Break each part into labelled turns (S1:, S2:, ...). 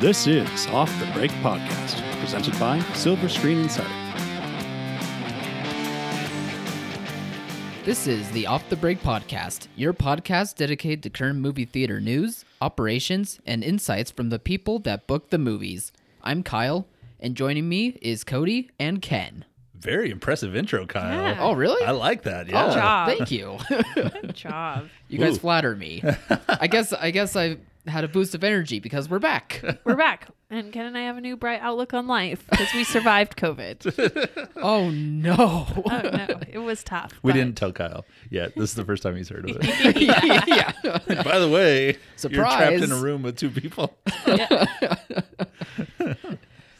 S1: This is Off the Break Podcast, presented by Silver Screen Insider.
S2: This is the Off the Break podcast, your podcast dedicated to current movie theater news, operations, and insights from the people that book the movies. I'm Kyle, and joining me is Cody and Ken.
S3: Very impressive intro, Kyle.
S4: Yeah.
S2: Oh, really?
S3: I like that. Yeah.
S4: job.
S2: Thank you.
S4: Good job.
S2: you guys
S3: Ooh.
S2: flatter me. I guess I guess I had a boost of energy because we're back.
S4: We're back. And Ken and I have a new bright outlook on life because we survived COVID.
S2: Oh no.
S4: Oh, no. It was tough.
S3: We
S4: but-
S3: didn't tell Kyle yet. This is the first time he's heard of it.
S2: yeah.
S3: By the way, you're trapped
S2: Surprise.
S3: in a room with two people.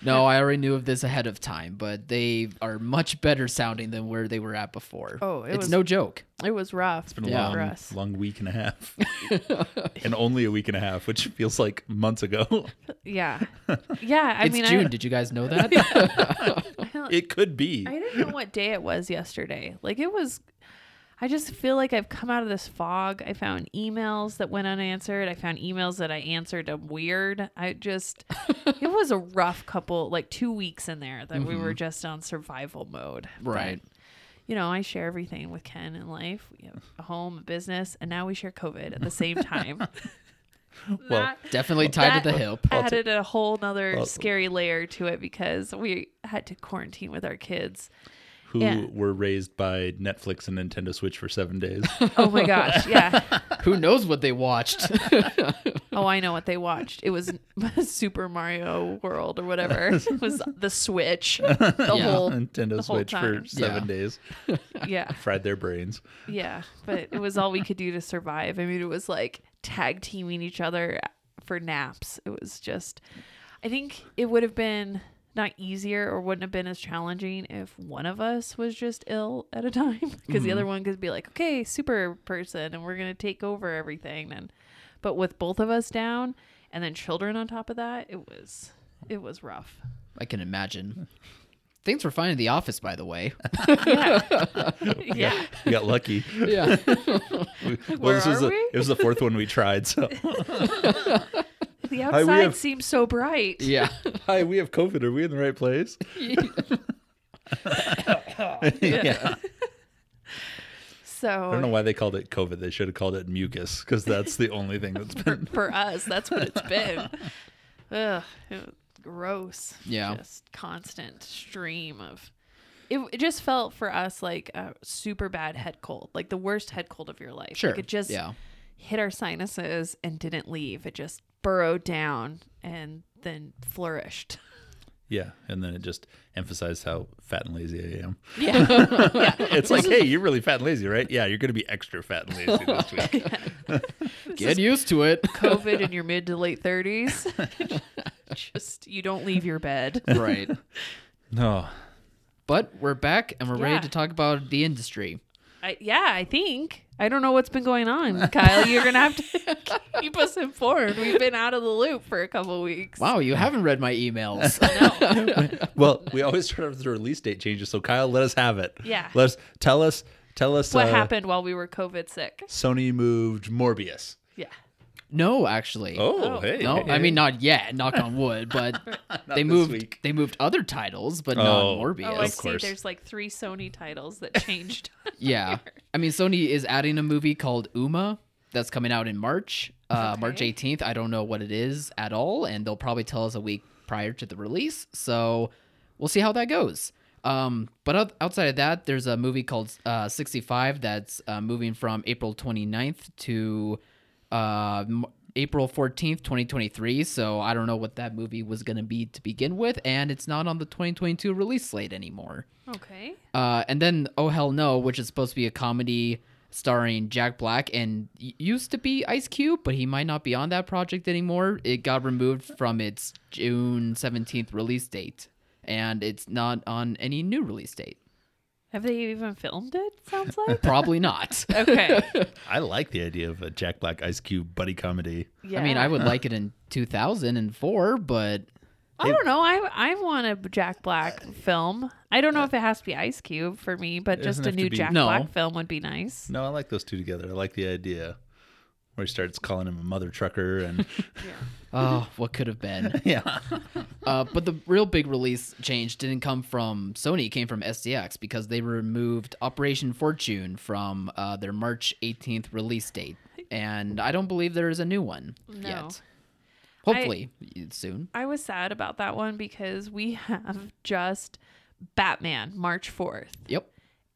S2: No, I already knew of this ahead of time, but they are much better sounding than where they were at before.
S4: Oh, it
S2: it's
S4: was-
S2: no joke.
S4: It was rough. It's
S3: Been a
S2: Yeah.
S3: long,
S4: for us.
S3: long week and a half. and only a week and a half, which feels like months ago.
S4: Yeah. Yeah. I
S2: it's
S4: mean, I-
S2: June. Did you guys know that?
S4: I, don't,
S3: It could be.
S4: I didn't know what day it was yesterday. Like, it was. I just feel like I've come out of this fog. I found emails that went unanswered. I found emails that I answered. I'm weird. I just, it was a rough couple, like two weeks in there that we were just on survival mode.
S2: Mm-hmm.
S4: But
S2: right.
S4: you know, I share everything with Ken in life. We have a home, a business, and now we share COVID at the same time.
S3: Well,
S2: Definitely tied to
S4: that-
S2: the hip.
S4: added a whole nother
S3: Well-
S4: scary layer to it because we had to quarantine with our kids.
S3: who
S4: yeah.
S3: were raised by Netflix and Nintendo Switch for seven days.
S4: Oh my gosh, yeah.
S2: Who knows what they watched?
S4: Oh, I know what they watched. It was Super Mario World or whatever. It was the Switch. The
S2: Yeah.
S4: whole
S3: Nintendo
S4: the whole
S3: Switch for
S4: time.
S3: seven
S2: Yeah.
S3: days.
S4: yeah.
S3: Fried their brains.
S4: Yeah, but it was all we could do to survive. I mean, it was like tag teaming each other for naps. It was just, I think it would have been not easier or wouldn't have been as challenging if one of us was just ill at a time because
S3: Mm-hmm.
S4: the other one could be like, okay, super person, and we're going to take over everything. And, but with both of us down and then children on top of that, it was, it was rough.
S2: I can imagine. Things were fine in the office, by the way.
S4: Yeah.
S3: We got lucky.
S2: Yeah.
S3: We- well,
S4: Where
S3: this was
S4: are
S3: the,
S4: we?
S3: it was the fourth one we tried. So,
S4: The
S3: we
S4: outside
S3: have-
S4: seems so bright.
S2: yeah.
S3: hi, we have COVID. Are we in the right place? yeah.
S4: So
S3: I don't know why they called it COVID. They should have called it mucus because that's the only thing that's
S4: for,
S3: been.
S4: for us. That's what it's been. Ugh, it- gross.
S2: Yeah.
S4: just constant stream of. It, it just felt for us like a super bad head cold, like the worst head cold of your life.
S2: Sure.
S4: like it just
S2: yeah.
S4: hit our sinuses and didn't leave. It just burrowed down and then flourished.
S3: Yeah, and then it just emphasized how fat and lazy I am.
S4: Yeah,
S3: It's like, hey, you're really fat and lazy, right? Yeah, you're going to be extra fat and lazy this week.
S2: Get used to it.
S4: COVID in your mid to late thirties. just you don't leave your bed.
S2: right.
S3: No,
S2: But we're back and we're
S4: Yeah.
S2: ready to talk about the industry.
S4: I, yeah, I think. I don't know what's been going on, Kyle. You're gonna have to keep us informed. We've been out of the loop for a couple weeks.
S2: Wow, you haven't read my emails.
S3: well, we always start off with the release date changes. So Kyle, let us have it.
S4: Yeah.
S3: Let us tell us tell us
S4: What
S3: uh,
S4: happened while we were COVID sick?
S3: Sony moved Morbius.
S4: Yeah,
S2: no, actually.
S3: Oh,
S4: Oh.
S3: hey.
S2: No,
S3: hey,
S2: I
S3: hey.
S2: mean not yet, knock on wood, but they
S3: this
S2: moved
S3: week.
S2: they moved other titles, but
S3: Oh.
S2: not
S4: Oh,
S2: Morbius.
S4: I
S3: Of
S4: see.
S3: course.
S4: There's like three Sony titles that changed.
S2: yeah. I mean Sony is adding a movie called Uma that's coming out in March. Uh, March 18th. I don't know what it is at all and they'll probably tell us a week prior to the release. So we'll see how that goes. Um, but out- outside of that, there's a movie called uh, 65 that's uh, moving from April 29th to uh, M- April 14th, 2023. So I don't know what that movie was going to be to begin with. And it's not on the 2022 release slate anymore.
S4: okay.
S2: Uh, and then Oh Hell No, which is supposed to be a comedy starring Jack Black and y- used to be Ice Cube, but he might not be on that project anymore. It got removed from its June 17th release date, and it's not on any new release date.
S4: Have they even filmed it? Sounds like.
S2: Probably not.
S4: Okay.
S3: I like the idea of a Jack Black Ice Cube buddy comedy.
S4: Yeah.
S2: I mean, I would like it in 2004, but
S4: I don't know. I I want a Jack Black film. I don't know if it has to be Ice Cube for me, but just
S3: Uh, doesn't
S4: a
S3: have to
S4: new
S3: be-
S4: Jack
S2: No.
S4: Black film would be nice.
S3: No, I like those two together. I like the idea. where he starts calling him a mother trucker and
S2: Oh, what could have been.
S3: yeah,
S2: Uh, but the real big release change didn't come from Sony; it came from SDX because they removed Operation Fortune from uh, their March 18th release date, and I don't believe there is a new one
S4: No.
S2: yet. Hopefully y- soon.
S4: I was sad about that one because we have just Batman March 4th,
S2: Yep.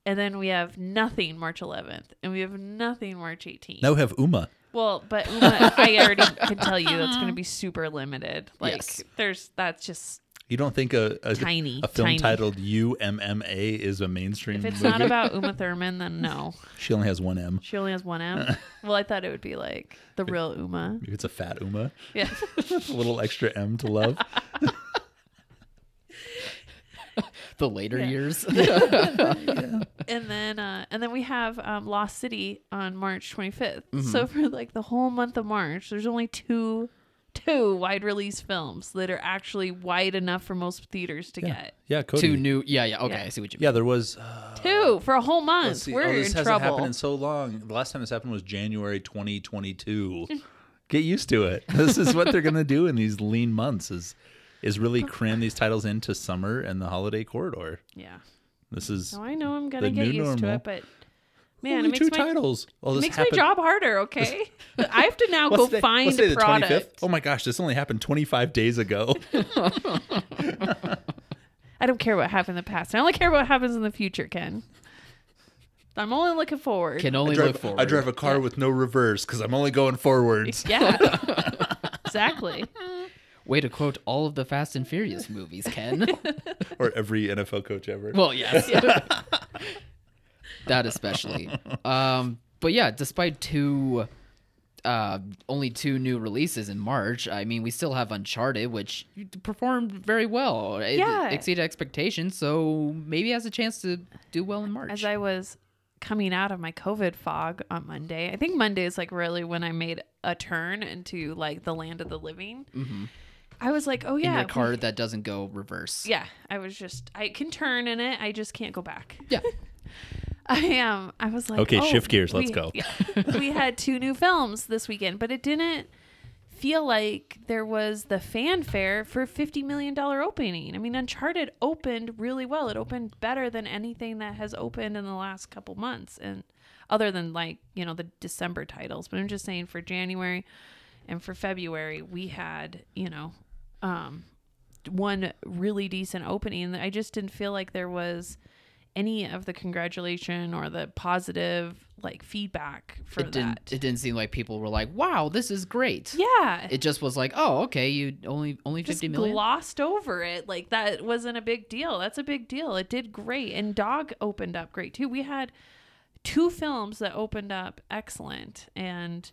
S4: and then we have nothing March 11th, and we have nothing March 18th.
S3: now we have Uma.
S4: Well, but Uma, I already can tell you that's going to be super limited. Like,
S2: Yes.
S4: there's that's just
S3: You don't think a a,
S4: Tiny,
S3: a film
S4: tiny.
S3: titled UMMA is a mainstream
S4: if it's
S3: movie?
S4: not about Uma Thurman, then no,
S3: she only has one M.
S4: she only has one M. Well, I thought it would be like the real Uma.
S3: Maybe it's a fat Uma,
S4: Yeah,
S3: a little extra M to love.
S2: The later years.
S4: and then uh, and then we have um, Lost City on March 25th.
S3: Mm-hmm.
S4: So for like the whole month of March, there's only two two wide release films that are actually wide enough for most theaters to
S3: Yeah,
S4: get
S3: yeah, Cody.
S2: Two new. Yeah, yeah. Okay,
S4: Yeah.
S2: I see what you mean.
S3: yeah, there was. Uh,
S4: two for a whole month.
S3: let's see.
S4: We're
S3: oh, this
S4: in
S3: hasn't
S4: trouble.
S3: happened in so long. The last time this happened was January 2022. Get used to it. This is what they're gonna do in these lean months. Is is really cram these titles into summer and the holiday corridor.
S4: yeah.
S3: This is
S4: No, I know I'm gonna
S3: The
S4: get
S3: new
S4: used to
S3: normal.
S4: it, but man,
S3: only
S4: Oh, it
S3: two
S4: makes my
S3: titles. Oh,
S4: it
S3: this
S4: makes
S3: happened.
S4: my job harder. Okay, I have to now
S3: What's
S4: go
S3: today?
S4: find
S3: What's today, the
S4: product.
S3: Oh my gosh, this only happened 25 days ago.
S4: I don't care what happened in the past. I only care what happens in the future, Ken. I'm only looking forward.
S2: Can only
S3: drive-
S2: look forward.
S3: I drive a car with no reverse because I'm only going forwards.
S4: yeah, exactly.
S2: Way to quote all of the Fast and Furious movies, Ken.
S3: or every NFL coach ever.
S2: Well, yes. that especially. Um, but yeah, despite two, uh, only two new releases in March, I mean, we still have Uncharted, which performed very well. It
S4: Yeah.
S2: exceeded expectations, so maybe has a chance to do well in March.
S4: As I was coming out of my COVID fog on Monday, I think Monday is like really when I made a turn into like the land of the living. I was like, oh
S2: Mm-hmm. in
S4: yeah,
S2: your
S4: we-
S2: car that doesn't go reverse.
S4: yeah. I was just I can turn in it. I just can't go back.
S2: Yeah.
S4: I am. I was like,
S3: Okay,
S4: oh,
S3: shift gears, let's
S4: we-
S3: go.
S4: yeah. we had two new films this weekend, but it didn't feel like there was the fanfare for $50 million opening. I mean, Uncharted opened really well. It opened better than anything that has opened in the last couple months, and other than like, you know, the December titles. But I'm just saying for January and for February, we had, you know, um, one really decent opening. I just didn't feel like there was any of the congratulation or the positive like feedback for
S2: It didn't.
S4: that.
S2: It didn't seem like people were like, "Wow, this is great."
S4: yeah.
S2: It just was like, "Oh, okay, you only only
S4: just
S2: fifty million.
S4: glossed over it. Like that wasn't a big deal. That's a big deal. It did great. And Dog opened up great too. We had two films that opened up excellent and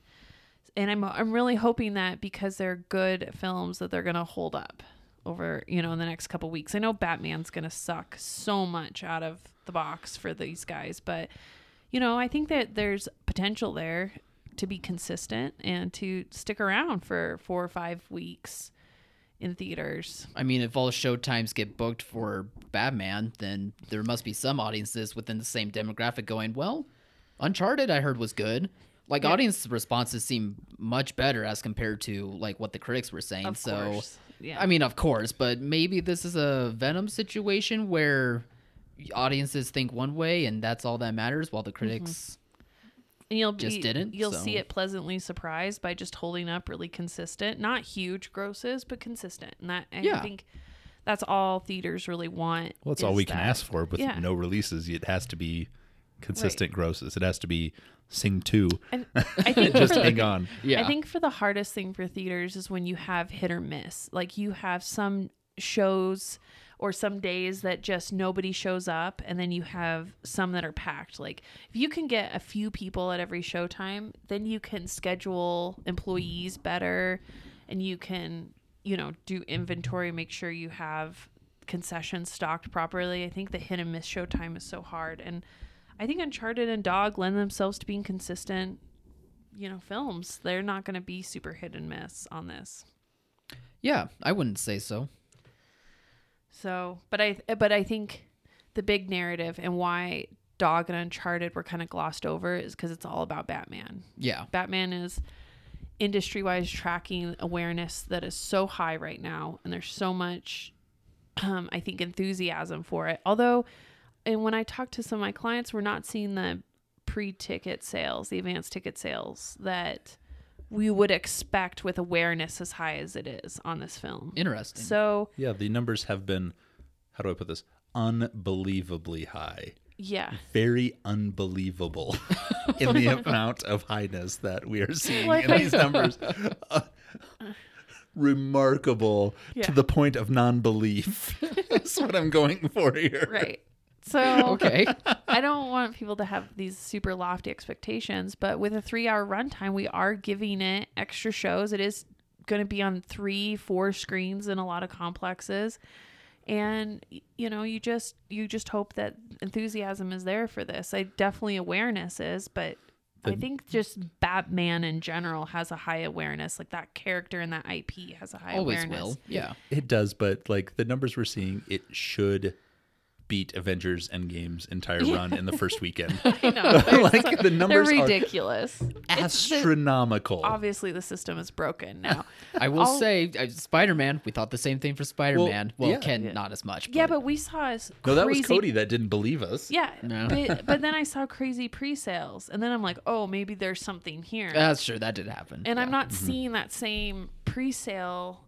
S4: and I'm I'm really hoping that because they're good films that they're going to hold up over, you know, in the next couple weeks. I know Batman's going to suck so much out of the box for these guys, but you know, I think that there's potential there to be consistent and to stick around for 4 or 5 weeks in theaters.
S2: I mean, if all showtimes get booked for Batman, then there must be some audiences within the same demographic going, well, Uncharted, I heard, was good. Like,
S4: Yeah.
S2: audience responses seem much better as compared to, like, what the critics were saying.
S4: Of
S2: so,
S4: course. Yeah.
S2: I mean, of course, but maybe this is a Venom situation where audiences think one way and that's all that matters while the critics.
S4: And you'll
S2: just
S4: be-
S2: didn't,
S4: You'll
S2: so-
S4: see it pleasantly surprised by just holding up really consistent, not huge grosses, but consistent. And that and
S2: Yeah.
S4: I think that's all theaters really want.
S3: Well, it's all
S4: is
S3: we can
S4: that.
S3: ask for with
S4: Yeah.
S3: no releases. It has to be consistent grosses. It has to be Sing 2.
S4: And I think
S3: Just
S4: for the-
S3: hang on.
S2: Yeah.
S4: Mm-hmm. I think for the hardest thing for theaters is when you have hit or miss. Like you have some shows or some days that just nobody shows up and then you have some that are packed. Like if you can get a few people at every showtime, then you can schedule employees better and you can, you know, do inventory, make sure you have concessions stocked properly. I think the hit and miss showtime is so hard and I think Uncharted and Dog lend themselves to being consistent you know films they're not going to be super hit and miss on this
S2: Yeah, I wouldn't say so.
S4: so but i but i think the big narrative and why Dog and Uncharted were kind of glossed over is because it's all about Batman.
S2: Yeah.
S4: Batman is industry wise tracking awareness that is so high right now, and there's so much, um, I think, enthusiasm for it. Although, and when I talk to some of my clients, we're not seeing the pre ticket sales, the advanced ticket sales that we would expect with awareness as high as it is on this film.
S2: Interesting.
S4: So,
S3: Yeah, the numbers have been, how do I put this? Unbelievably high.
S4: yeah.
S3: Very unbelievable in the amount of highness that we are seeing
S4: Like
S3: in
S4: I-
S3: these numbers. Uh, remarkable
S4: Yeah.
S3: to the point of non belief. That's what I'm going for here.
S4: Right. So,
S2: okay.
S4: I don't want people to have these super lofty expectations, but with a three hour runtime, we are giving it extra shows. It is going to be on three, four screens in a lot of complexes. And y- you know, you just you just hope that enthusiasm is there for this. I definitely awareness is, but I think just Batman in general has a high awareness. Like that character and that IP has a high
S2: Always
S4: awareness.
S2: will. Yeah.
S3: It does, but like the numbers we're seeing, it should beat Avengers Endgame's entire run in the first weekend.
S4: I know. They're,
S3: like the
S4: they're
S3: numbers are
S4: ridiculous.
S3: astronomical.
S4: Obviously, the system is broken now.
S2: I will
S4: I'll-
S2: say, uh, Spider Man. We thought the same thing for Spider Man. Well,
S3: yeah.
S2: Ken, not as much.
S4: Yeah, but we saw us
S3: No, that was
S4: crazy-
S3: Cody that didn't believe us.
S4: Yeah,
S2: No.
S4: but, but then I saw crazy pre-sales, and then I'm like, oh, maybe there's something here.
S3: Uh,
S2: that's sure that did happen.
S4: and I'm
S2: Yeah.
S4: not
S3: Mm-hmm.
S4: seeing that same pre-sale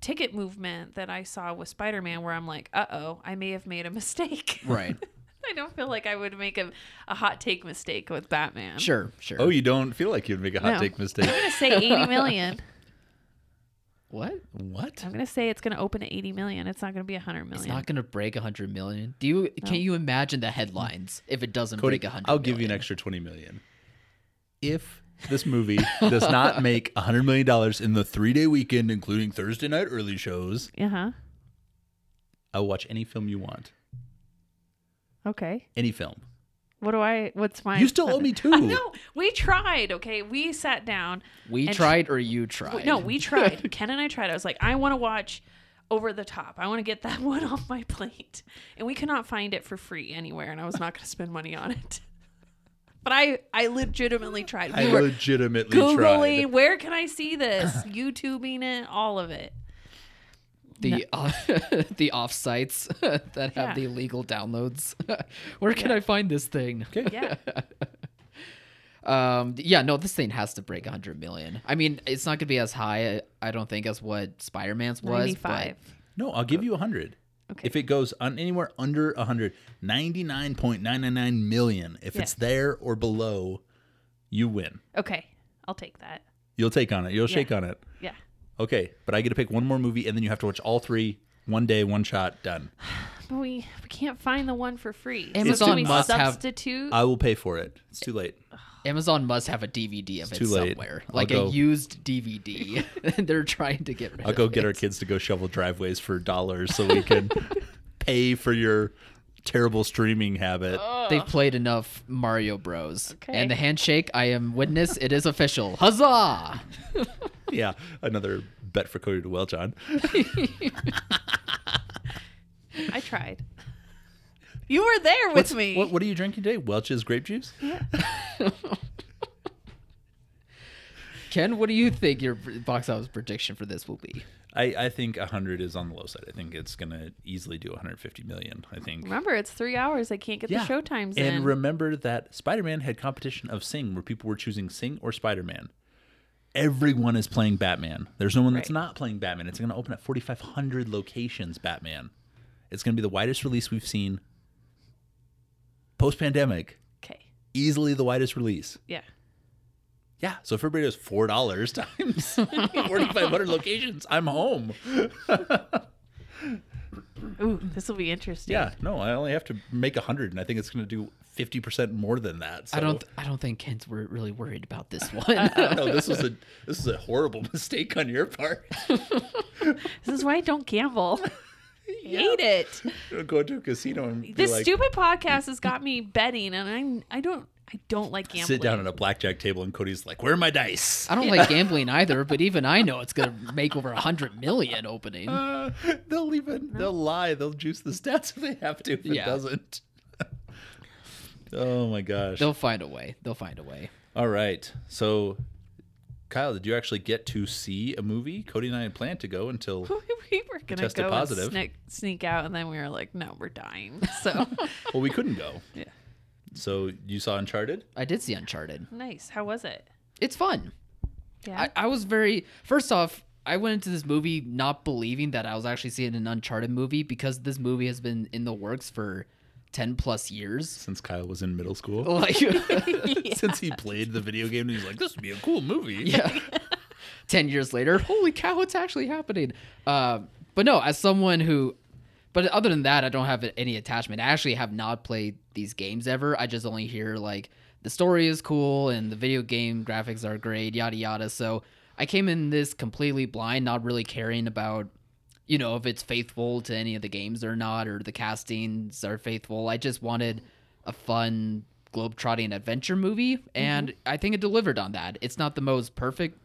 S4: ticket movement that I saw with Spider-Man, where I'm like, uh-oh, I may have made a mistake.
S2: right.
S4: I don't feel like I would make a, a hot take mistake with Batman.
S2: Sure. Sure.
S3: Oh, you don't feel like you'd make a hot
S4: No.
S3: take mistake.
S4: I'm gonna say 80 million.
S2: what?
S3: what?
S4: I'm gonna say it's gonna open at 80 million. It's not gonna be 100 million.
S2: It's not going to break 100 million. Do you? Can you imagine the headlines if it doesn't
S3: Cody,
S2: break 100?
S3: I'll give you an extra 20 million. If this movie does not make $100 million in the three day weekend, including Thursday night early shows,
S4: uh-huh.
S3: I'll watch any film you want.
S4: Okay.
S3: Any film.
S4: What do I? What's my?
S3: You still owe me two.
S4: I know. We tried. Okay, we sat down.
S2: We
S4: and-
S2: tried, or you tried.
S4: No, we tried. Ken and I tried. I was like, I want to watch Over the Top. I want to get that one off my plate. And we could not find it for free anywhere, and I was not going to spend money on it. But I, I legitimately tried.
S3: I
S4: We were
S3: legitimately
S4: Googling,
S3: tried.
S4: where can I see this? YouTubing it, all of it.
S2: the off the offsites that have
S4: Yeah.
S2: the illegal downloads. Where can I find this thing?
S4: Yeah.
S2: Um, yeah, no, this thing has to break 100 million. I mean, it's not gonna be as high, I don't think, as what Spider Man's was.
S4: 95.
S3: No, I'll give you 100.
S4: Okay.
S3: If it goes on anywhere under 100, 99.999 million, if
S4: Yeah.
S3: it's there or below, you win.
S4: Okay. I'll take that.
S3: You'll take on it. You'll shake on it.
S4: Yeah.
S3: Okay, but I get to pick one more movie, and then you have to watch all three one day, one shot, done.
S4: But we, we can't find the one for free. So
S2: Amazon
S4: do we
S2: must have-
S4: substitute?
S3: I will pay for it. It's too late.
S2: But Amazon must have a DVD of it
S3: too late.
S2: somewhere,
S3: I'll
S2: like
S3: go-
S2: a used DVD. They're trying to get rid
S3: I'll
S2: of
S3: go get
S2: it.
S3: our kids to go shovel driveways for dollars so we can pay for your terrible streaming habit.
S4: Oh.
S2: They've played enough Mario Bros.
S4: Okay.
S2: And the handshake, I am witness. It is official. Huzzah!
S3: Yeah, another bet for Cody to well, John.
S4: I tried. You were there with me.
S3: What, what are you drinking today? Welch's grape juice?
S2: Ken, what do you think your box office prediction for this will be?
S3: I, I think 100 is on the low side. I think it's going to easily do 150 million. I think.
S4: Remember, it's three hours. I can't get
S3: Yeah.
S4: the showtimes in.
S3: And remember that Spider Man had competition of Sing, where people were choosing Sing or Spider Man. Everyone is playing Batman. There's no one that's
S4: Right.
S3: not playing Batman. It's going to open at 4,500 locations, Batman. It's going to be the widest release we've seen post pandemic.
S4: okay.
S3: Easily the widest release.
S4: Yeah.
S3: Yeah. So if everybody does $4 times 4,500 locations, I'm home.
S4: Ooh, this will be interesting.
S3: Yeah. No, I only have to make 100, and I think it's going to do 50% more than that. So.
S2: I don't. I don't think Ken's wor- really worried about this one.
S3: no, this was a this is a horrible mistake on your part.
S4: This is why I don't gamble. I Hate it.
S3: Go to a casino and be
S4: This
S3: like, "Mm,
S4: stupid podcast has got me betting, and I I don't I don't like gambling.
S3: sit down at a blackjack table, and Cody's like, "Where are my dice?"
S2: I don't like gambling either, but even I know it's gonna make over a hundred million opening.
S3: Uh, they'll even they'll lie. They'll juice the stats if they have to. If
S2: Yeah.
S3: it doesn't, Oh my gosh.
S2: They'll find a way. They'll find a way.
S3: All right. So, Kyle, did you actually get to see a movie? Cody and I had planned to go until
S4: we were gonna
S3: tested
S4: go
S3: positive.
S4: and sneak, sneak out, and then we were like, no, we're dying. So
S3: well, we couldn't go.
S4: Yeah.
S3: So you saw Uncharted?
S2: I did see Uncharted.
S4: nice. How was it?
S2: It's fun.
S4: Yeah.
S2: I, I was very first off i went into this movie not believing that i was actually seeing an uncharted movie because this movie has been in the works for 10 plus years
S3: Since Kyle was in middle school,
S2: like
S4: Oh,
S3: since he played the video game, and he's like, "This would be a cool movie."
S2: yeah 10 years later holy cow it's actually happening uh, but no as someone who but other than that i don't have any attachment i actually have not played these games ever i just only hear like the story is cool and the video game graphics are great yada yada so i came in this completely blind not really caring about you know if it's faithful to any of the games or not or the castings are faithful i just wanted a fun globe-trotting adventure movie and i think it delivered on that it's not the most perfect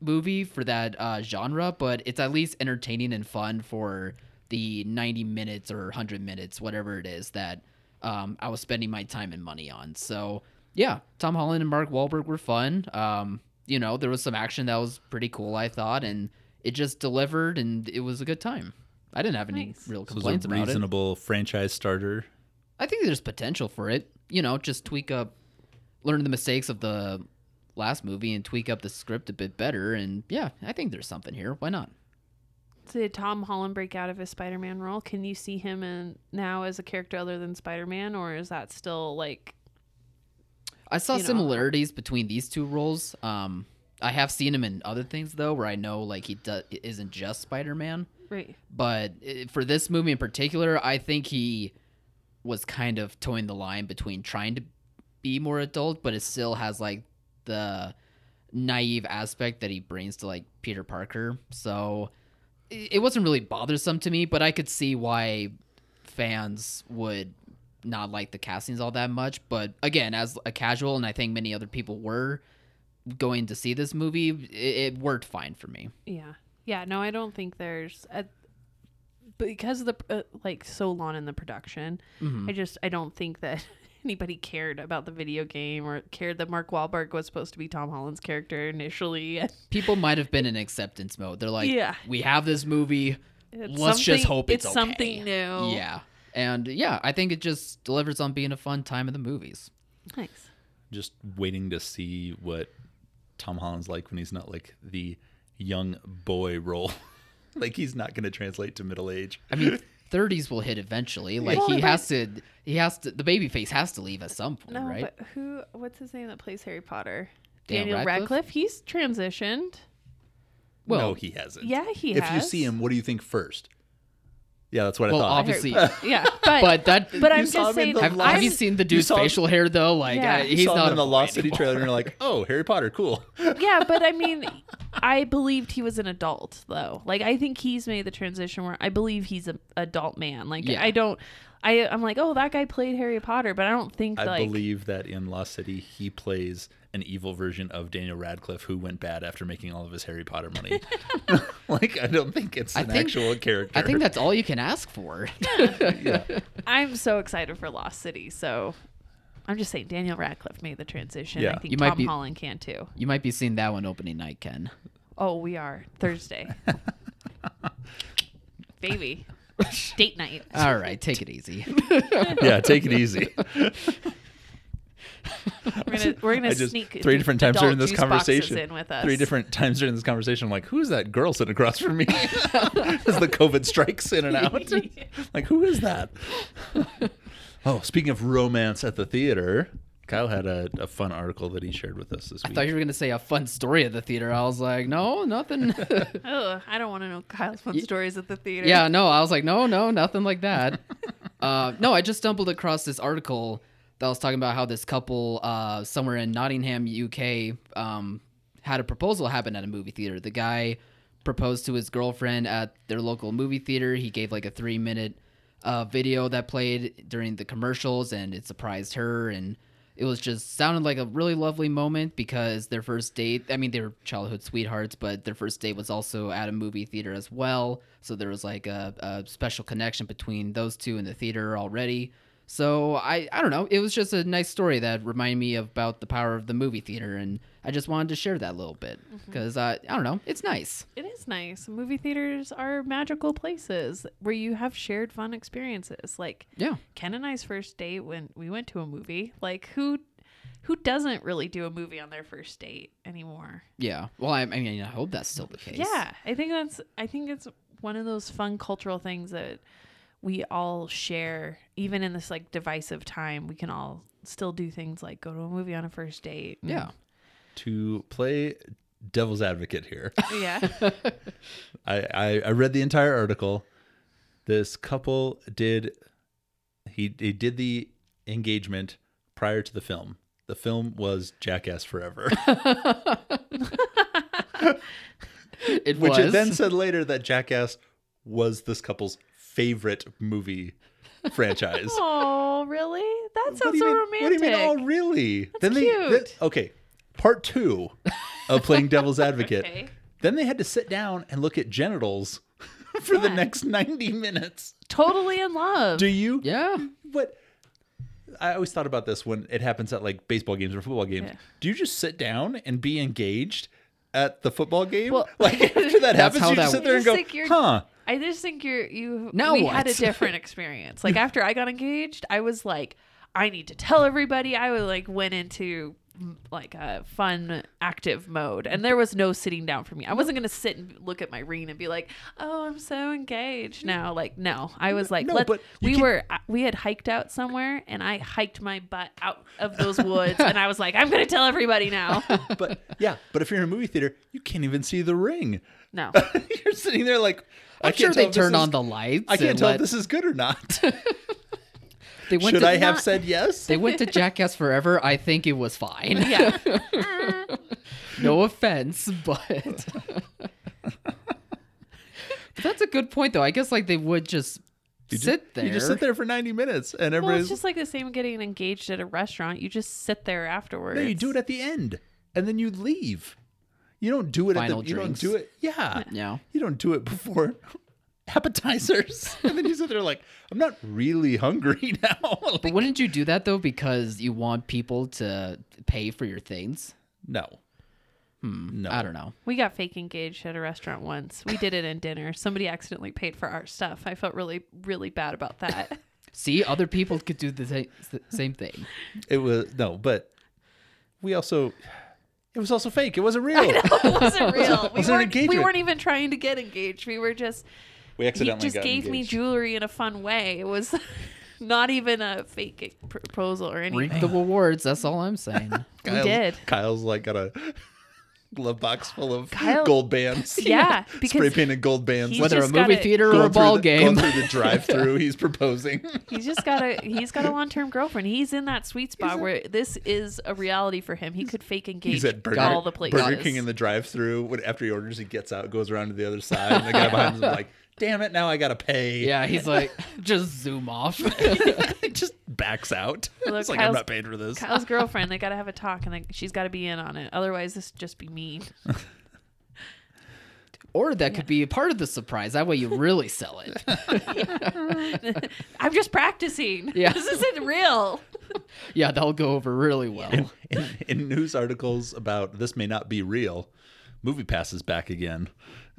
S2: movie for that uh, genre, but it's at least entertaining and fun for the 90 minutes or 100 minutes, whatever it is that um, I was spending my time and money on. So, yeah, Tom Holland and Mark Wahlberg were fun. Um, you know, there was some action that was pretty cool, I thought, and it just delivered, and it was a good time. I didn't have any
S4: Nice.
S2: real
S3: This was
S2: complaints
S3: a
S2: about it.
S3: reasonable franchise starter.
S2: I think there's potential for it. You know, just tweak up, learn the mistakes of the last movie and tweak up the script a bit better. And yeah, I think there's something here. Why not?
S4: Did Tom Holland break out of his Spider-Man role? Can you see him in now as a character other than Spider-Man, or is that still like
S2: I saw
S4: you know.
S2: similarities between these two roles. Um, I have seen him in other things though, where I know like he do- isn't just Spider Man.
S4: right?
S2: But eh, for this movie in particular, I think he was kind of towing the line between trying to be more adult, but it still has like the naive aspect that he brings to like Peter Parker. So it it wasn't really bothersome to me, but I could see why fans would not like the castings all that much. But again, as a casual, and I think many other people were going to see this movie, it, it worked fine for me.
S4: Yeah. Yeah. No, I don't think there's a, because of the uh, like so long in the production.
S2: Mm-hmm.
S4: I just I don't think that anybody cared about the video game or cared that Mark Wahlberg was supposed to be Tom Holland's character initially. And
S2: people might have been in acceptance mode. They're like,
S4: Yeah.
S2: we have this movie.
S4: it's
S2: Let's just
S4: something-
S2: hope it's, okay."
S4: something new.
S2: Yeah. And yeah, I think it just delivers on being a fun time in the movies.
S4: Nice.
S3: Just waiting to see what Tom Holland's like when he's not like the young boy role. like he's not going to translate to middle age.
S2: I mean, 30s will hit eventually. Like
S4: Well,
S2: he
S4: but-
S2: has to he has to the baby face has to leave at some point,
S4: No,
S2: right?
S4: but who? What's his name that plays Harry Potter?
S2: Daniel
S4: Daniel Radcliffe.
S2: Radcliffe?
S4: He's transitioned.
S2: Well,
S3: no, he hasn't.
S4: Yeah, he
S3: If you
S4: has.
S3: see him, what do you think first? Yeah, that's what
S2: well,
S3: I thought.
S2: obviously.
S4: Yeah, but
S2: But that
S4: but I'm
S3: saw him
S4: just
S3: in
S4: saying.
S3: the
S2: have,
S4: I'm-
S2: have you seen the dude's
S3: saw him-
S2: facial hair though? Like
S4: Yeah.
S2: uh,
S4: You
S2: he's
S3: saw him
S2: not
S3: in
S2: a
S3: the
S2: boy
S3: Lost City
S2: anymore.
S3: trailer, and you're like, "Oh, Harry Potter, cool."
S4: yeah, but I mean, I believed he was an adult though. Like I think he's made the transition where I believe he's an adult man. Like
S2: Yeah.
S4: I don't, I I'm like, oh, that guy played Harry Potter, but I don't think
S3: I
S4: like
S3: believe that in Lost City, he plays an evil version of Daniel Radcliffe, who went bad after making all of his Harry Potter money. like, I don't think it's
S2: I
S3: an
S2: think-
S3: actual character.
S2: I think that's all you can ask for.
S4: I'm so excited for Lost City. So I'm just saying, Daniel Radcliffe made the transition.
S3: Yeah.
S4: I think
S2: You might
S4: Tom
S2: be-
S4: Holland can too.
S2: you might be seeing that one opening night, Ken.
S4: Oh, we are Thursday, baby, date night.
S3: Uh,
S2: All right, take it easy.
S3: yeah, take it easy.
S4: We're gonna we're gonna
S3: I just
S4: sneak
S3: three different times
S4: adult
S3: during this
S4: juice boxes
S3: conversation.
S4: in with us.
S3: Three different times during this conversation, I'm like, "Who's that girl sitting across from me?" As the COVID strikes in and out, like, who is that? oh, speaking of romance at the theater, Kyle had a, a fun article that he shared with us this
S2: I
S3: week.
S2: thought you were gonna say a fun story at the theater. I was like, no, nothing.
S4: Ugh, I don't want to know Kyle's fun stories at the theater.
S2: yeah, no, I was like, no, no, nothing like that. uh, no, I just stumbled across this article that was talking about how this couple uh, somewhere in Nottingham, UK, um, had a proposal happen at a movie theater. The guy proposed to his girlfriend at their local movie theater. He gave like a three minute uh, video that played during the commercials, and it surprised her and. It was just sounded like a really lovely moment because their first date, I mean, they were childhood sweethearts, but their first date was also at a movie theater as well. So there was like a, a special connection between those two in the theater already. So I, I don't know. It was just a nice story that reminded me about the power of the movie theater, and I just wanted to share that a little bit because I don't know. It's nice.
S4: It is nice. Movie theaters are magical places where you have shared fun experiences. Like
S2: Yeah.
S4: Ken and I's first date when we went to a movie. Like who who doesn't really do a movie on their first date anymore?
S2: Yeah. Well, I, I mean, I hope that's still the case.
S4: Yeah, I think that's I think it's one of those fun cultural things that we all share even in this like divisive time. We can all still do things like go to a movie on a first date. and-
S2: Yeah.
S3: To play devil's advocate here,
S4: Yeah.
S3: I, I, I read the entire article. This couple did he he did the engagement prior to the film. The film was Jackass Forever,
S2: It
S3: Mm. which it
S2: was.
S3: then said later that Jackass was this couple's favorite movie franchise.
S4: oh, really? That
S3: What
S4: sounds
S3: do
S4: so
S3: you mean-
S4: romantic.
S3: What do you mean? Oh, really? then they,
S4: cute.
S3: then- okay, part two of playing devil's advocate.
S4: Okay.
S3: Then they had to sit down and look at genitals for the
S4: Yeah.
S3: next ninety minutes.
S4: Totally in love.
S3: Do you?
S2: yeah.
S3: What? I always thought about this when it happens at like baseball games or football games.
S4: Yeah.
S3: Do you just sit down and be engaged at the football game?
S4: Well-
S3: like after that
S2: That's
S3: happens,
S2: how
S3: you just
S2: that
S3: sit there and
S4: works.
S3: go,
S4: Just like you're-
S3: "Huh."
S4: I just think you're you.
S2: Now
S4: we had a
S2: what?
S4: different experience. Like after I got engaged, I was like, I need to tell everybody. I was like went into mm, like a fun active mode, and there was no sitting down for me. I wasn't gonna sit and look at my ring and be like, oh, I'm so engaged now. Like no, I was like,
S3: No,
S4: let
S3: but you
S4: we
S3: can-
S4: were uh, we had hiked out somewhere, and I hiked my butt out of those woods, and I was like, I'm gonna tell everybody now.
S3: But yeah, but if you're in a movie theater, you can't even see the ring.
S4: No.
S3: you're sitting there like, I
S2: I'm
S3: can't
S2: sure
S3: tell
S2: they
S3: if this
S2: turned
S3: is-
S2: on the lights.
S3: I can't
S2: and
S3: tell
S2: let-
S3: if this is good or not.
S2: They went
S3: Should
S2: to,
S3: I have
S4: not-
S3: said yes?
S2: They went to Jackass Forever. I think it was fine.
S4: Yeah.
S2: no offense, but. but that's a good point, though. I guess like they would just
S3: You ju-
S2: sit there.
S3: You just sit there for 90 minutes and
S4: Well,
S3: everybody's
S4: it's just like the same getting engaged at a restaurant. You just sit there afterwards.
S3: No, you do it at the end and then you leave. You don't do it
S2: Final
S3: at the you don't
S2: drinks.
S3: do it. Yeah.
S2: Yeah.
S3: You don't do it before appetizers. and then you sit there like, I'm not really hungry now. Like,
S2: But wouldn't you do that though because you want people to pay for your things?
S3: no. No.
S2: I don't know.
S4: We got fake engaged at a restaurant once. We did it in dinner. Somebody accidentally paid for our stuff. I felt really, really bad about that.
S2: See, other people could do the sa- same thing.
S3: It was no, but we also it was also fake. It wasn't real.
S4: it wasn't real. We
S3: Was it an
S4: weren't, we
S3: engagement?
S4: weren't even trying to get engaged. We were just,
S3: We
S4: he
S3: accidentally
S4: just
S3: got
S4: gave me
S3: engaged.
S4: jewelry in a fun way. It was not even a fake e, proposal or anything.
S2: Reap the rewards. That's all I'm saying.
S4: We
S3: Kyle's-
S4: did.
S3: Kyle's like got a glove box full of
S4: Kyle-
S3: gold bands.
S4: Yeah,
S3: spray
S4: because
S3: painted gold bands.
S4: he's
S2: Whether a
S4: just
S2: movie
S4: gotta-
S2: theater or a
S3: Going through
S2: ball
S3: the,
S2: game.
S3: Going through the drive-through, he's proposing.
S4: he's just got a he's got a long term girlfriend. He's in that sweet spot where this is a reality for him. He could fake engage
S3: He's at Burger,
S4: all the places.
S3: Burger King in the drive-through. When after he orders, he gets out, goes around to the other side, and the guy behind him's like, "Damn it! Now I gotta pay."
S2: yeah, he's like, just zoom off.
S3: he just backs out.
S4: Look,
S3: it's like I'm
S4: Kyle's-
S3: not paying for this.
S4: Kyle's girlfriend. They got to have a talk, and like she's got to be in on it. Otherwise, this would just be mean.
S2: or that could be a part of the surprise. That way you really sell it.
S4: I'm just practicing.
S2: Yeah.
S4: this isn't real.
S2: yeah, that'll go over really well.
S3: in, in news articles about this may not be real, Movie Pass is back again.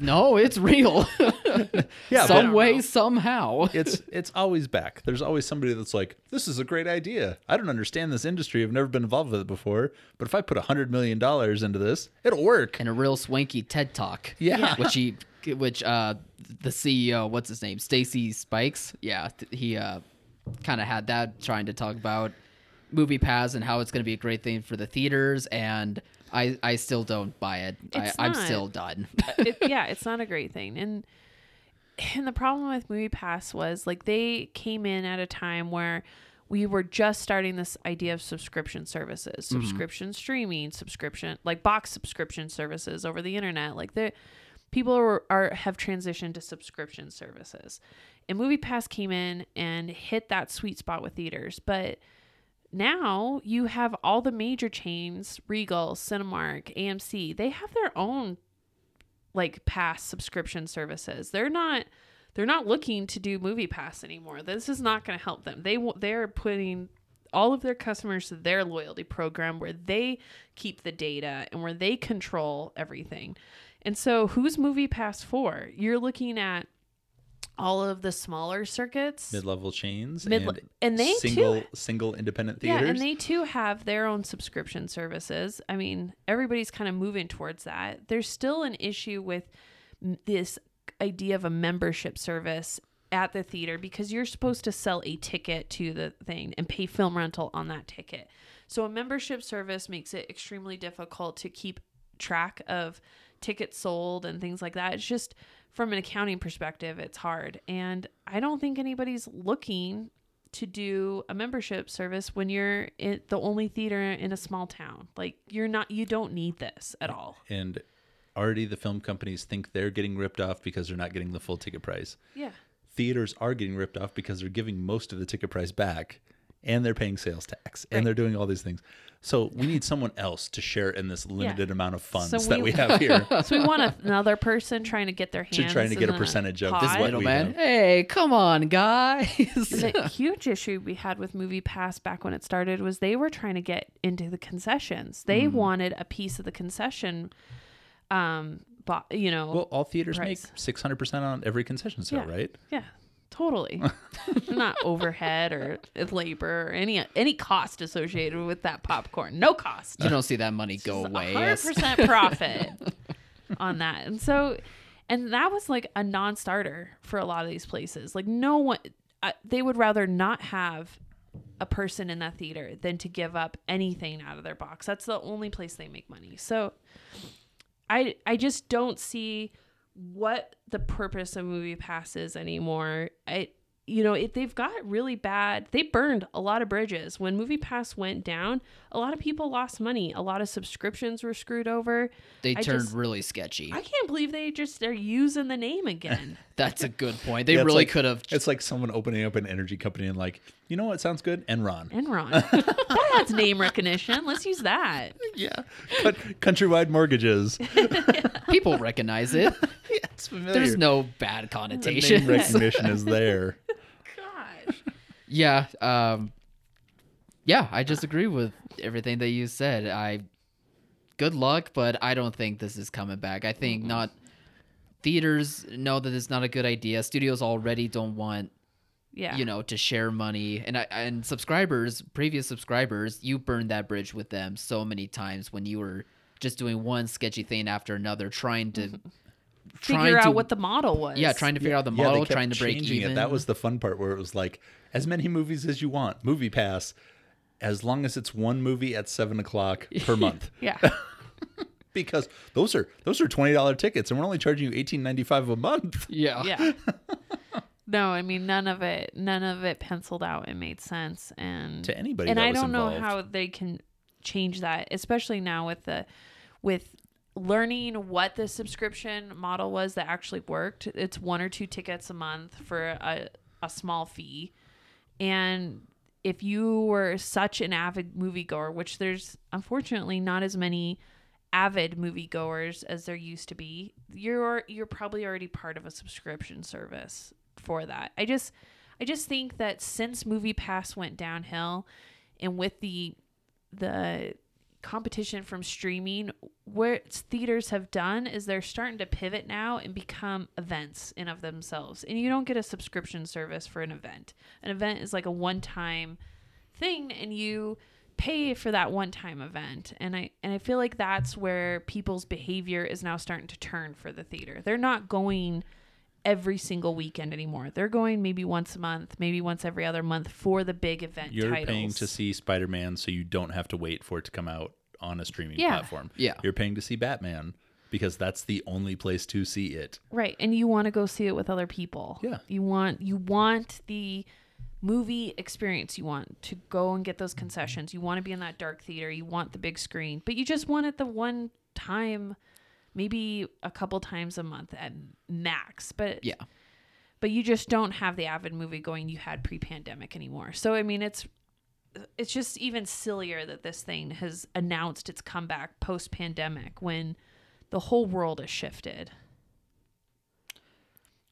S2: No, it's real.
S3: Yeah, but-
S2: Some way, somehow.
S3: it's it's always back. There's always somebody that's like, "This is a great idea. I don't understand this industry. I've never been involved with it before, but if I put a hundred million dollars into this, it'll work."
S2: And a real swanky TED talk.
S3: Yeah.
S2: Which he, which uh, the CEO, what's his name, Stacy Spikes. Yeah, th- he uh, kind of had that trying to talk about movie pass and how it's going to be a great thing for the theaters. And I, I still don't buy it. I,
S4: It's
S2: I'm
S4: not.
S2: still done.
S4: It, yeah, it's not a great thing. And and the problem with Movie Pass was like they came in at a time where we were just starting this idea of subscription services, subscription streaming, subscription like box subscription services over the internet. Like the people are, are have transitioned to subscription services. And Movie Pass came in and hit that sweet spot with theaters, but now you have all the major chains regal cinemark amc they have their own like pass subscription services they're not they're not looking to do movie pass anymore this is not going to help them they wa- they're putting all of their customers to their loyalty program where they keep the data and where they control everything and so who's movie pass for you're looking at all of the smaller circuits
S3: mid-level chains
S4: Mid-
S3: and,
S4: and they, too.
S3: single single independent theaters.
S4: yeah, and they too have their own subscription services. I mean, everybody's kind of moving towards that. There's still an issue with m- this idea of a membership service at the theater because you're supposed to sell a ticket to the thing and pay film rental on that ticket. So a membership service makes it extremely difficult to keep track of tickets sold and things like that. It's just from an accounting perspective, it's hard. And I don't think anybody's looking to do a membership service when you're in the only theater in a small town. Like you're not you don't need this at all.
S3: and already the film companies think they're getting ripped off because they're not getting the full ticket price.
S4: Yeah.
S3: Theaters are getting ripped off because they're giving most of the ticket price back and they're paying sales tax and they're doing all these things. So we need someone else to share in this limited amount of funds
S4: So
S3: that
S4: we-
S3: we have here.
S4: So we want another person trying to get their hands
S3: To trying to
S4: in
S3: get a
S4: the
S3: percentage of
S4: pot.
S3: what we
S2: middleman.
S3: have.
S2: Hey, come on, guys.
S4: the huge issue we had with Movie Pass back when it started was they were trying to get into the concessions. They
S3: Mm.
S4: wanted a piece of the concession, um, bo- you know.
S3: Well, all theaters
S4: Price.
S3: make six hundred percent on every concession sale,
S4: Yeah.
S3: right?
S4: yeah, totally. Not overhead or labor or any any cost associated with that popcorn. No cost.
S2: you don't see that money go away.
S4: Hundred percent profit on that, and so, and that was like a non-starter for a lot of these places. Like no one, I, they would rather not have a person in that theater than to give up anything out of their box. That's the only place they make money. So, I I just don't see what the purpose of movie pass is anymore. I you know, if they've got really bad, they burned a lot of bridges. When movie pass went down, a lot of people lost money. A lot of subscriptions were screwed over.
S2: They
S4: I
S2: turned
S4: just-
S2: really sketchy.
S4: I can't believe they just they're using the name again.
S2: That's a good point. They
S3: Yeah, it's
S2: really
S3: like-
S2: could have.
S3: It's like someone opening up an energy company and like, you know what sounds good? Enron.
S4: Enron. that has name recognition. Let's use that.
S3: Yeah. Cut countrywide mortgages.
S2: People recognize it.
S3: yeah, it's familiar.
S2: There's no bad
S3: The
S2: connotation.
S3: name recognition is there.
S4: Gosh.
S2: Yeah. Um, yeah, I just agree with everything that you said. I good luck, but I don't think this is coming back. I think not theaters know that it's not a good idea. Studios already don't want
S4: Yeah.
S2: you know to share money and I, and subscribers previous subscribers you burned that bridge with them so many times when you were just doing one sketchy thing after another trying to trying
S4: figure out
S2: to-
S4: what the model was.
S2: yeah trying to figure out the
S3: Yeah, they
S2: model
S3: kept
S2: trying to break
S3: changing
S2: even
S3: It. That was the fun part where it was like, as many movies as you want, movie pass, as long as it's one movie at seven o'clock per month.
S4: Yeah.
S3: Because those are those are twenty dollar tickets and we're only charging you eighteen ninety five a month.
S2: yeah
S4: yeah no i mean none of it none of it penciled out and made sense and
S3: To anybody
S4: and
S3: that
S4: i
S3: was
S4: don't know
S3: involved.
S4: how they can change that especially now with the with learning what the subscription model was that actually worked it's one or two tickets a month for a, a small fee and if you were such an avid moviegoer, which there's unfortunately not as many avid moviegoers as there used to be, you're you're probably already part of a subscription service for that. I just I just think that since Movie Pass went downhill and with the the competition from streaming, what theaters have done is they're starting to pivot now and become events in of themselves. And you don't get a subscription service for an event. An event is like a one time thing and you pay for that one time event. And I and I feel like that's where people's behavior is now starting to turn for the theater. They're not going every single weekend anymore. They're going maybe once a month, maybe once every other month for the big event
S3: You're
S4: titles.
S3: paying to see Spider Man so you don't have to wait for it to come out on a streaming
S4: Yeah.
S3: platform.
S2: Yeah.
S3: You're paying to see Batman because that's the only place to see it.
S4: Right, and you want to go see it with other people.
S3: Yeah.
S4: You want you want the movie experience. You want to go and get those concessions. You want to be in that dark theater. You want the big screen, but you just want it the one time, maybe a couple times a month at max. But
S2: yeah
S4: but you just don't have the avid movie going you had pre-pandemic anymore. So I mean, it's it's just even sillier that this thing has announced its comeback post-pandemic when the whole world has shifted.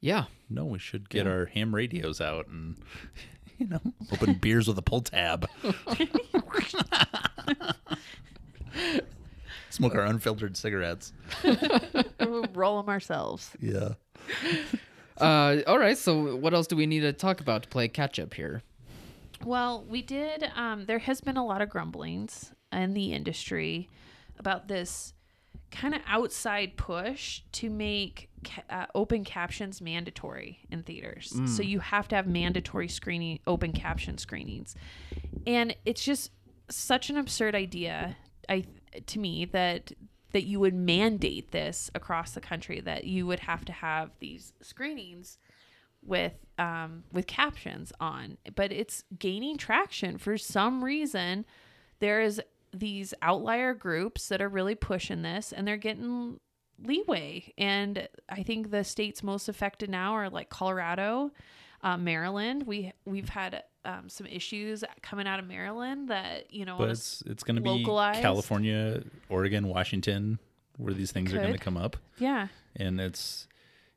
S2: Yeah.
S3: No, we should get our ham radios out and you know open beers with a pull tab. Smoke our unfiltered cigarettes.
S4: We'll roll them ourselves.
S3: Yeah.
S2: Uh, all right. So what else do we need to talk about to play catch up here?
S4: Well, we did. Um, there has been a lot of grumblings in the industry about this kind of outside push to make ca- uh, open captions mandatory in theaters. So you have to have mandatory screening, open caption screenings, and it's just such an absurd idea. I to me that that you would mandate this across the country that you would have to have these screenings with um, with captions on, but it's gaining traction for some reason. There is these outlier groups that are really pushing this, and they're getting leeway. And I think the states most affected now are like Colorado, uh, Maryland. We we've had um, some issues coming out of Maryland that you know. on
S3: But
S4: a-
S3: it's it's going to be
S4: Localized.
S3: California, Oregon, Washington, where these things are going to
S4: Could.
S3: come up,
S4: yeah,
S3: and it's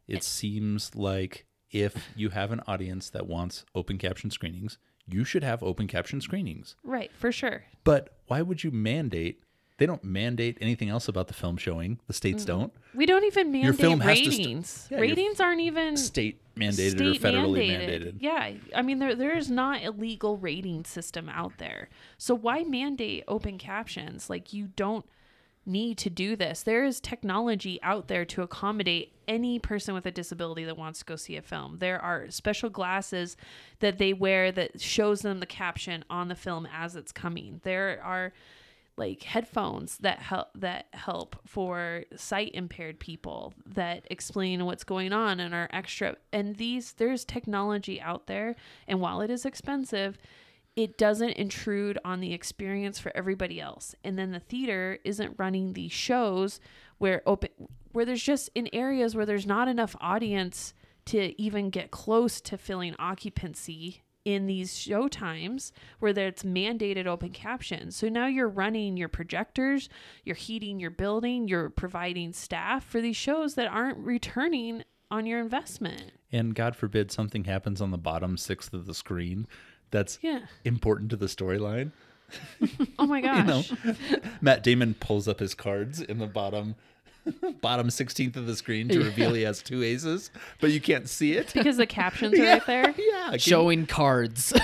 S3: it seems like if you have an audience that wants open caption screenings, you should have open caption screenings.
S4: right, for sure.
S3: But why would you mandate? They don't mandate anything else about the film showing. The states don't.
S4: We don't even mandate
S3: film has to st-
S4: ratings.
S3: Yeah, your-
S4: ratings aren't even
S3: State mandated or federally mandated.
S4: Yeah, I mean there there is not a legal rating system out there. So why mandate open captions? Like you don't need to do this. There is technology out there to accommodate any person with a disability that wants to go see a film. There are special glasses that they wear that shows them the caption on the film as it's coming. There are like headphones that help that help for sight impaired people that explain what's going on and are extra and these there's technology out there and while it is expensive it doesn't intrude on the experience for everybody else and then the theater isn't running these shows where open where there's just in areas where there's not enough audience to even get close to filling occupancy in these show times where it's mandated open caption. So now you're running your projectors, you're heating your building, you're providing staff for these shows that aren't returning on your investment.
S3: And God forbid something happens on the bottom sixth of the screen that's
S4: Yeah.
S3: important to the storyline.
S4: Oh my gosh.
S3: You know, Matt Damon pulls up his cards in the bottom bottom sixteenth of the screen to reveal he has two aces, but you can't see it.
S4: Because the captions are right there.
S3: Yeah, can-
S2: Showing cards.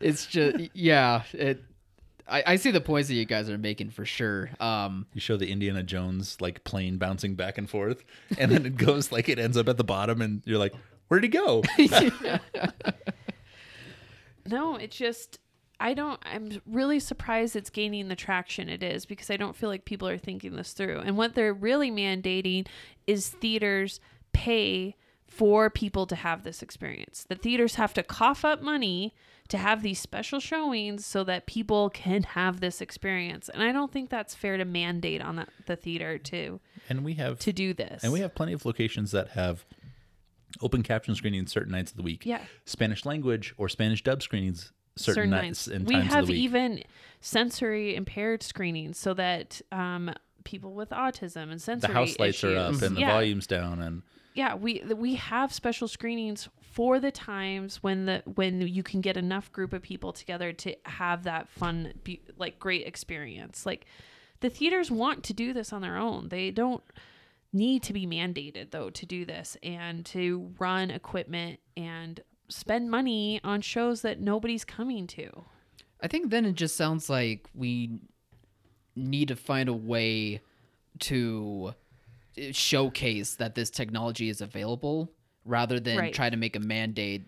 S2: it's just yeah. It. I, I see the points that you guys are making for sure. Um,
S3: You show the Indiana Jones like plane bouncing back and forth, and then it goes like it ends up at the bottom, and you're like, "Where'd he go?"
S4: No, it's just I don't I'm really surprised it's gaining the traction it is because I don't feel like people are thinking this through. And what they're really mandating is theaters pay for people to have this experience. The theaters have to cough up money to have these special showings so that people can have this experience. And I don't think that's fair to mandate on the, the theater to
S3: and we have
S4: to do this.
S3: And we have plenty of locations that have open caption screenings certain nights of the week.
S4: Yeah.
S3: Spanish language or Spanish dub screenings certain, nights. and
S4: we
S3: times
S4: have
S3: of the week.
S4: even sensory impaired screenings so that um, people with autism and
S3: the
S4: sensory
S3: house lights are up
S4: issues-
S3: and the
S4: yeah,
S3: volume's down and
S4: Yeah, we th- we have special screenings for the times when the when you can get enough group of people together to have that fun, be, like great experience. Like the theaters want to do this on their own. They don't need to be mandated though to do this and to run equipment and spend money on shows that nobody's coming to.
S2: I think then it just sounds like we need to find a way to showcase that this technology is available rather than
S4: Right.
S2: try to make a mandate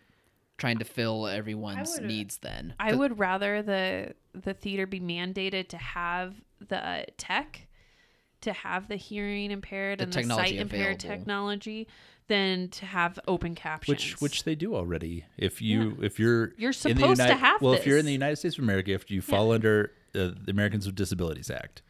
S2: trying to fill everyone's
S4: would've-
S2: needs then.
S4: I would rather the the theater be mandated to have the tech, to have the hearing impaired
S2: The
S4: and the sight
S2: technology
S4: impaired
S2: available.
S4: technology, than to have open captions.
S3: which which they do already. If you if you're in
S4: You're
S3: the
S4: supposed to
S3: United-
S4: have
S3: well, if you're in the
S4: this.
S3: United States of America, if you fall under uh, the Americans with Disabilities Act,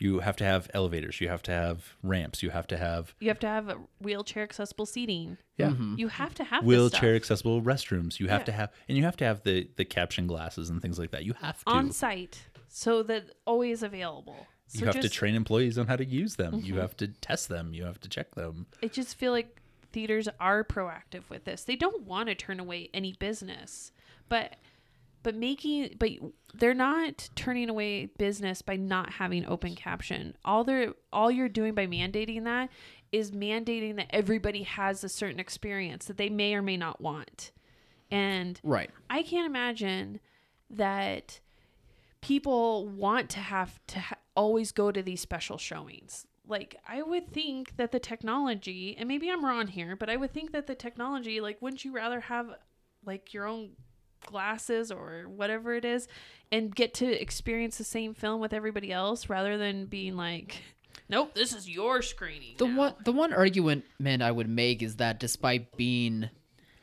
S3: you have to have elevators, you have to have ramps, you have to have
S4: you have to have a wheelchair accessible seating.
S3: yeah.
S4: You Mm-hmm. have to have
S3: Wheelchair
S4: this stuff
S3: accessible restrooms. You have
S4: Yeah.
S3: to have, and you have to have the the caption glasses and things like that. You have to.
S4: on site so that always available.
S3: You
S4: So
S3: have to
S4: just- Mm-hmm.
S3: train employees on how to use them. You have to test them. You have to check them.
S4: I just feel like theaters are proactive with this. They don't want to turn away any business, but but making but they're not turning away business by not having open caption. All they're all you're doing by mandating that is mandating that everybody has a certain experience that they may or may not want. And
S2: Right.
S4: I can't imagine that people want to have to ha- always go to these special showings. Like, I would think that the technology, and maybe I'm wrong here, but I would think that the technology, like, wouldn't you rather have like your own glasses or whatever it is and get to experience the same film with everybody else rather than being like, nope, this is your screening?
S2: The
S4: now."
S2: one the one argument man I would make is that despite being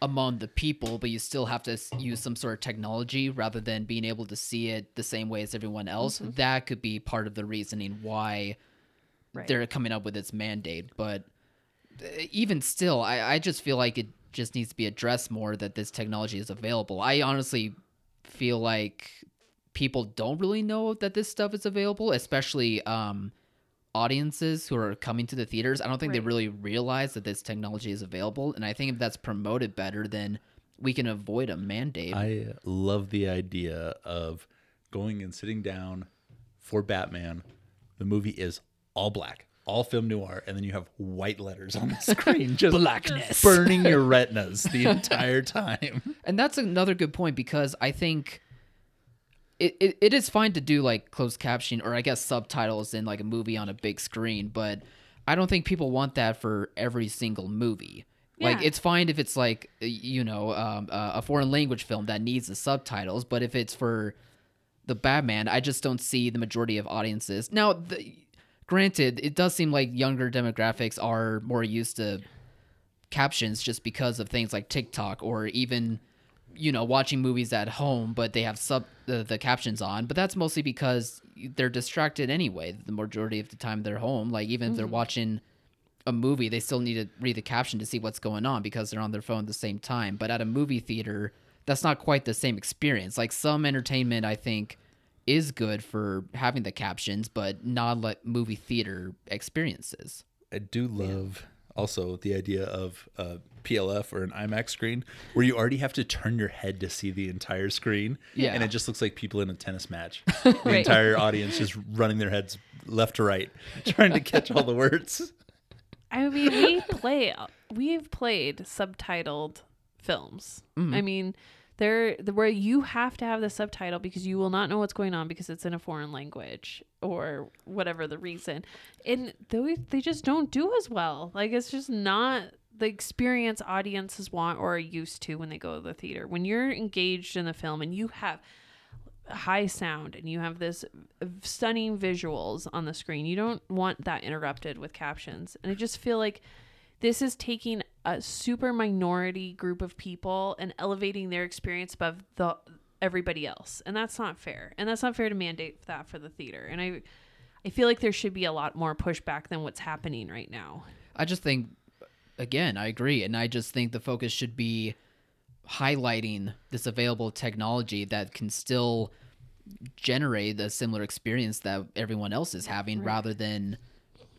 S2: among the people, but you still have to s- use some sort of technology rather than being able to see it the same way as everyone else.
S4: Mm-hmm.
S2: That could be part of the reasoning why
S4: Right.
S2: they're coming up with its mandate. But uh, even still, I, I just feel like it just needs to be addressed more that this technology is available. I honestly feel like people don't really know that this stuff is available, especially um, audiences who are coming to the theaters. I don't think they
S4: Right.
S2: really realize that this technology is available. And I think if that's promoted better, then we can avoid a mandate.
S3: I love the idea of going and sitting down for Batman. The movie is all black, all film noir, and then you have white letters on the screen, just
S2: Blackness.
S3: burning your retinas the entire time.
S2: And that's another good point because I think it, it, it is fine to do like closed captioning or I guess subtitles in like a movie on a big screen, but I don't think people want that for every single movie. Like
S4: Yeah.
S2: it's fine if it's like y- you know um, uh, a foreign language film that needs the subtitles, but if it's for the Batman, I just don't see the majority of audiences. Now, the, granted, it does seem like younger demographics are more used to captions just because of things like TikTok or even you know watching movies at home but they have sub the, the captions on but that's mostly because they're distracted anyway the majority of the time they're home like even if they're watching a movie they still need to read the caption to see what's going on because they're on their phone at the same time but at a movie theater that's not quite the same experience like some entertainment i think is good for having the captions but not like movie theater experiences
S3: I do love also the idea of a PLF or an IMAX screen where you already have to turn your head to see the entire screen.
S2: Yeah.
S3: And it just looks like people in a tennis match. The entire audience just running their heads left to right, trying to catch all the words.
S4: I mean, we play. We've played subtitled films. I mean, there the- where you have to have the subtitle because you will not know what's going on because it's in a foreign language or whatever the reason, and they they just don't do as well. Like it's just not the experience audiences want or are used to when they go to the theater. When you're engaged in the film and you have high sound and you have this stunning visuals on the screen. You don't want that interrupted with captions. And I just feel like this is taking a super minority group of people and elevating their experience above the everybody else. And that's not fair. And that's not fair to mandate that for the theater. And I I feel like there should be a lot more pushback than what's happening right now.
S2: I just think, again, I agree, and I just think the focus should be highlighting this available technology that can still generate the similar experience that everyone else is having, rather than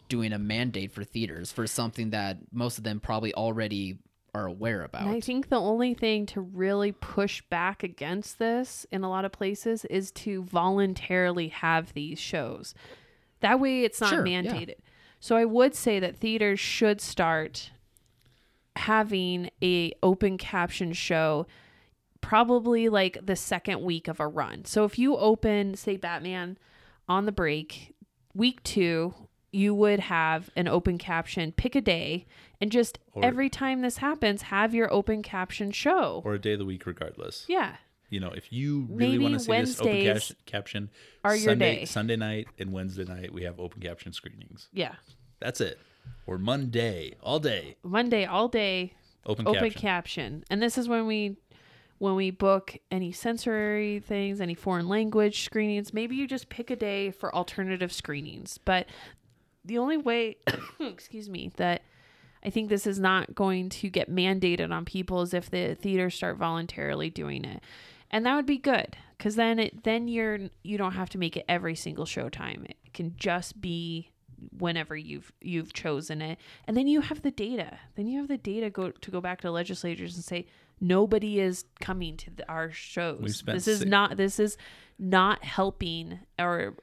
S2: doing a mandate for theaters for something that most of them probably already are aware about.
S4: And I think the only thing to really push back against this in a lot of places is to voluntarily have these shows. That way it's not
S2: Sure, yeah.
S4: mandated. So I would say that theaters should start having a open caption show probably like the second week of a run. So if you open say Batman on the break week 2 you would have an open caption pick a day and just
S3: Or-
S4: every time this happens have your open caption show
S3: Or a day of the week, regardless.
S4: yeah
S3: You know, if you really
S4: Maybe
S3: want to see this open
S4: Wednesdays
S3: cash- caption,
S4: are your
S3: Sunday,
S4: day.
S3: Sunday night and Wednesday night, we have open caption screenings.
S4: yeah
S3: That's it. Or Monday, all day,
S4: monday all day
S3: open,
S4: open
S3: caption.
S4: caption and this is when we when we book any sensory things any foreign language screenings maybe you just pick a day for alternative screenings but the only way excuse me that i think this is not going to get mandated on people is if the theaters start voluntarily doing it and that would be good because then it then you're you don't have to make it every single showtime. It can just be whenever you've you've chosen it, and then you have the data. Then you have the data go to go back to legislators and say nobody is coming to the, our
S3: We've
S4: shows.
S3: spent
S4: This is
S3: six-
S4: not this is not helping or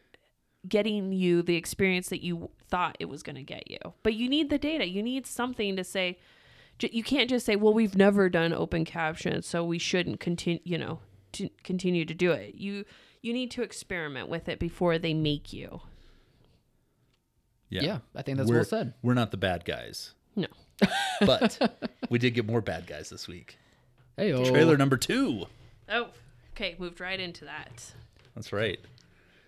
S4: getting you the experience that you thought it was going to get you. But you need the data. You need something to say. J- You can't just say, "Well, we've never done open caption, so we shouldn't continue." You know, to continue to do it. You you need to experiment with it before they make you.
S2: Yeah, I think that's
S3: we're,
S2: well said.
S3: We're not the bad guys,
S4: No.
S3: but we did get more bad guys this week.
S2: Hey,
S3: Trailer number two.
S4: Oh, okay. Moved right into that.
S3: That's right.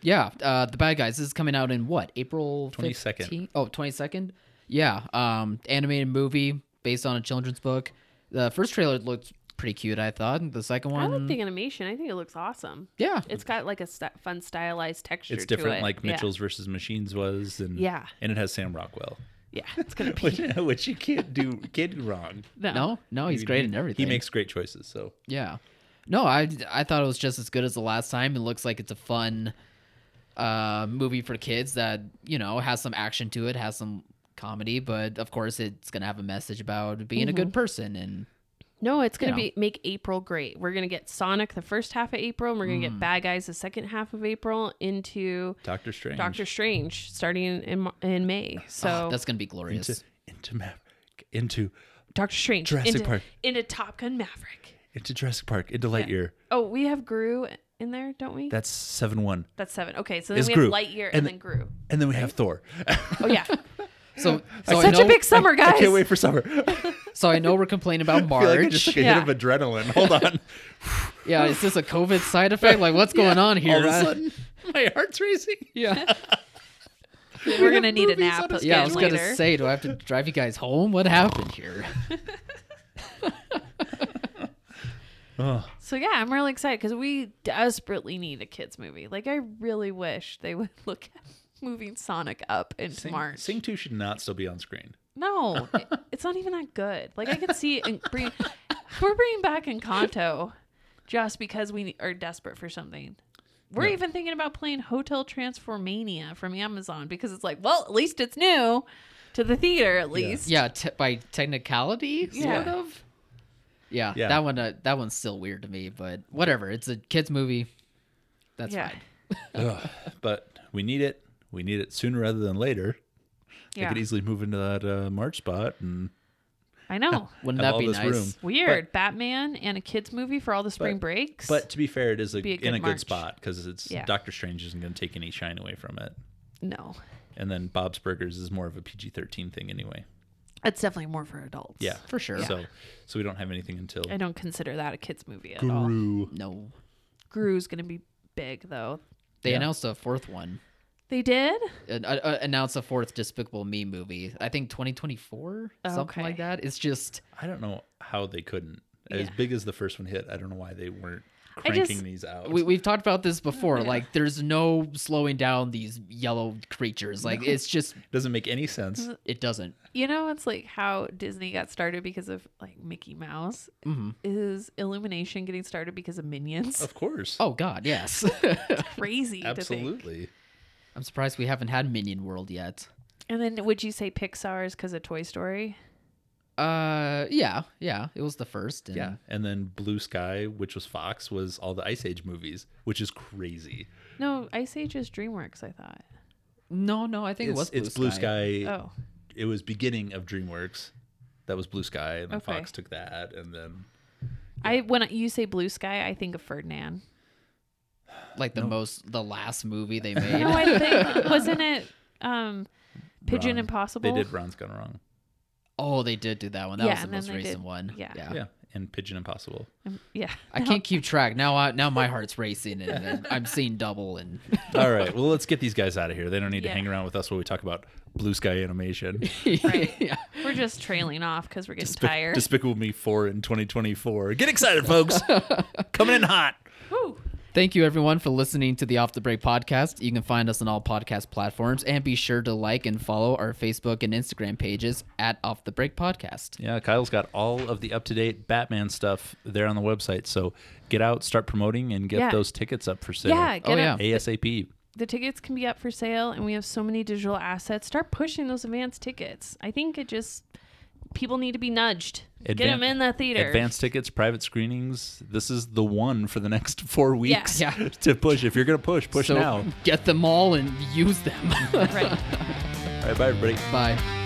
S2: Yeah, uh, the bad guys. This is coming out in what? April
S3: 22nd.
S2: 15th? Oh, 22nd? Yeah. Um, animated movie based on a children's book. The first trailer looked pretty cute, I thought. The second
S4: I
S2: one,
S3: Um,
S4: like the animation. I think it looks awesome.
S2: yeah,
S4: It's got like a st- fun stylized texture.
S3: It's
S4: to
S3: different,
S4: it.
S3: like
S4: Yeah.
S3: Mitchell's versus Machines was, and
S4: Yeah.
S3: and it has Sam Rockwell,
S4: Yeah, it's gonna be
S3: which, which you can't do, can't do wrong.
S2: no, no, he's great in everything.
S3: He makes great choices. So
S2: yeah. No, I I thought it was just as good as the last time. It looks like it's a fun uh movie for kids that you know has some action to it, has some comedy, but of course it's gonna have a message about being a
S4: Mm-hmm.
S2: good person and
S4: No, it's gonna
S2: know.
S4: be make April great. We're gonna get Sonic the first half of April, and we're gonna get Bad Guys the second half of April into
S3: Doctor Strange,
S4: Doctor Strange starting in in, Mar- in May. So
S2: ah, that's gonna be glorious.
S3: into into Maverick, into
S4: Doctor Strange
S3: Jurassic
S4: into,
S3: Park.
S4: into Top Gun Maverick.
S3: into Jurassic Park, into Lightyear.
S4: Oh, we have Gru in there, don't we?
S3: That's seven one,
S4: That's seven. Okay, so then
S3: It's
S4: we
S3: Gru.
S4: have Lightyear and,
S3: And-
S4: then Gru.
S3: and then we have Thor.
S4: Oh yeah,
S2: So, so I
S4: such
S2: know,
S4: a big summer, guys.
S3: I can't wait for summer. I
S2: So I know we're complaining about
S3: feel
S2: March.
S3: like I just took a
S4: Yeah.
S3: hit of adrenaline. Hold on,
S2: yeah, is this a COVID side effect? Like, what's going on here?
S3: all of a
S2: I-
S3: sudden, my heart's racing.
S2: yeah,
S4: We're gonna need a
S3: movies on
S4: nap.
S3: a
S2: yeah. I was
S4: later.
S2: gonna say, do I have to drive you guys home? What happened here?
S4: So yeah, I'm really excited because we desperately need a kids movie. Like I really wish they would look at moving Sonic up into
S3: Sing,
S4: March.
S3: Sing two should not still be on screen.
S4: No, it- it's not even that good. Like I can see it in, bring, we're bringing back Encanto just because we are desperate for something. We're
S3: Yeah.
S4: even thinking about playing Hotel Transformania from Amazon because it's like, well, at least it's new to the theater. At least,
S2: Yeah, te- by technicality, sort
S4: Yeah.
S2: of. Yeah,
S3: Yeah.
S2: that one. Uh, that one's still weird to me, but whatever. It's a kids movie. That's
S4: yeah,
S2: fine.
S3: Ugh, but we need it. We need it sooner rather than later. They
S4: yeah.
S3: could easily move into that uh, March spot and
S4: I know.
S2: Wouldn't
S3: have
S2: that
S3: all
S2: be
S3: this
S2: nice?
S3: room.
S4: Weird, Batman and a kids movie for all the spring
S3: But-
S4: breaks.
S3: But to be fair, it is a,
S4: Be a
S3: in
S4: good
S3: a
S4: March.
S3: good spot because it's
S4: Yeah.
S3: Doctor Strange isn't going to take any shine away from it,
S4: no,
S3: and then Bob's Burgers is more of a PG thirteen thing anyway.
S4: it's definitely more for adults.
S3: Yeah,
S2: For sure.
S3: So, so we don't have anything until
S4: I don't consider that a kids movie at all.
S3: Guru.
S2: No,
S4: Gru's gonna be big though.
S2: they
S3: Yeah.
S2: announced a fourth one.
S4: They did.
S2: Uh, uh, announced a fourth Despicable Me movie. I think 2024, something like
S4: Okay.
S2: that. It's just
S3: I don't know how they couldn't. As
S4: Yeah.
S3: big as the first one hit, I don't know why they weren't
S4: I
S3: cranking
S4: just-
S3: these out.
S2: we, we've talked about this before like there's no slowing down these yellow creatures like it's just
S3: Doesn't make any sense.
S4: Mm.
S2: it doesn't
S4: You know, it's like how Disney got started because of like Mickey Mouse.
S2: Mhm.
S4: Is Illumination getting started because of Minions?
S3: Of course.
S2: oh god yes
S4: Crazy. To think.
S3: Absolutely.
S2: i'm surprised we haven't had minion world yet
S4: And then would you say Pixar is because of Toy Story?
S2: uh yeah yeah it was the first and
S3: Yeah. And then Blue Sky, which was Fox, was all the Ice Age movies, which is crazy.
S4: No, Ice Age is DreamWorks. I thought.
S2: no no i think
S3: it's,
S2: it was blue,
S3: it's Blue Sky.
S4: Oh,
S3: It was beginning of DreamWorks. That was Blue Sky, and then
S4: Okay.
S3: Fox took that, and then
S4: I when you say Blue Sky, I think of Ferdinand.
S2: like the most the last movie they made
S4: No, I think wasn't it um, Pigeon
S3: Ron-
S4: Impossible?
S3: They did Ron's Gone Wrong.
S2: oh they did do that one that
S4: Yeah,
S2: was the
S4: and then
S2: most
S4: they
S2: recent
S4: did-
S2: one
S4: yeah.
S2: yeah,
S3: Yeah, and Pigeon Impossible.
S4: Um, yeah.
S2: I can't keep track now. I, now my heart's racing and, and I'm seeing double. And
S3: All right, well, let's get these guys out of here. They don't need
S4: Yeah.
S3: to hang around with us while we talk about Blue Sky Animation.
S4: Right.
S2: yeah.
S4: We're just trailing off because we're getting
S3: Despic-
S4: tired.
S3: Despicable Me 4 in 2024. Get excited, folks. Coming in hot.
S4: Woo.
S2: Thank you, everyone, for listening to the Off the Break podcast. You can find us on all podcast platforms and be sure to like and follow our Facebook and Instagram pages at Off the Break Podcast.
S3: Yeah, Kyle's got all of the up to date Batman stuff there on the website. So get out, start promoting, and get
S4: Yeah.
S3: those tickets up for sale.
S4: Yeah, get
S2: Oh,
S4: up-
S2: yeah.
S3: ASAP.
S4: the tickets can be up for sale and we have so many digital assets start pushing those advanced tickets i think it just people need to be nudged get
S3: Advan-
S4: them in the theater
S3: Advanced tickets, private screenings. This is the one for the next four weeks
S2: Yeah.
S3: to push. If you're going to push, push
S2: so
S3: now.
S2: get them all and use them.
S4: right
S3: All right, bye, everybody.
S2: Bye.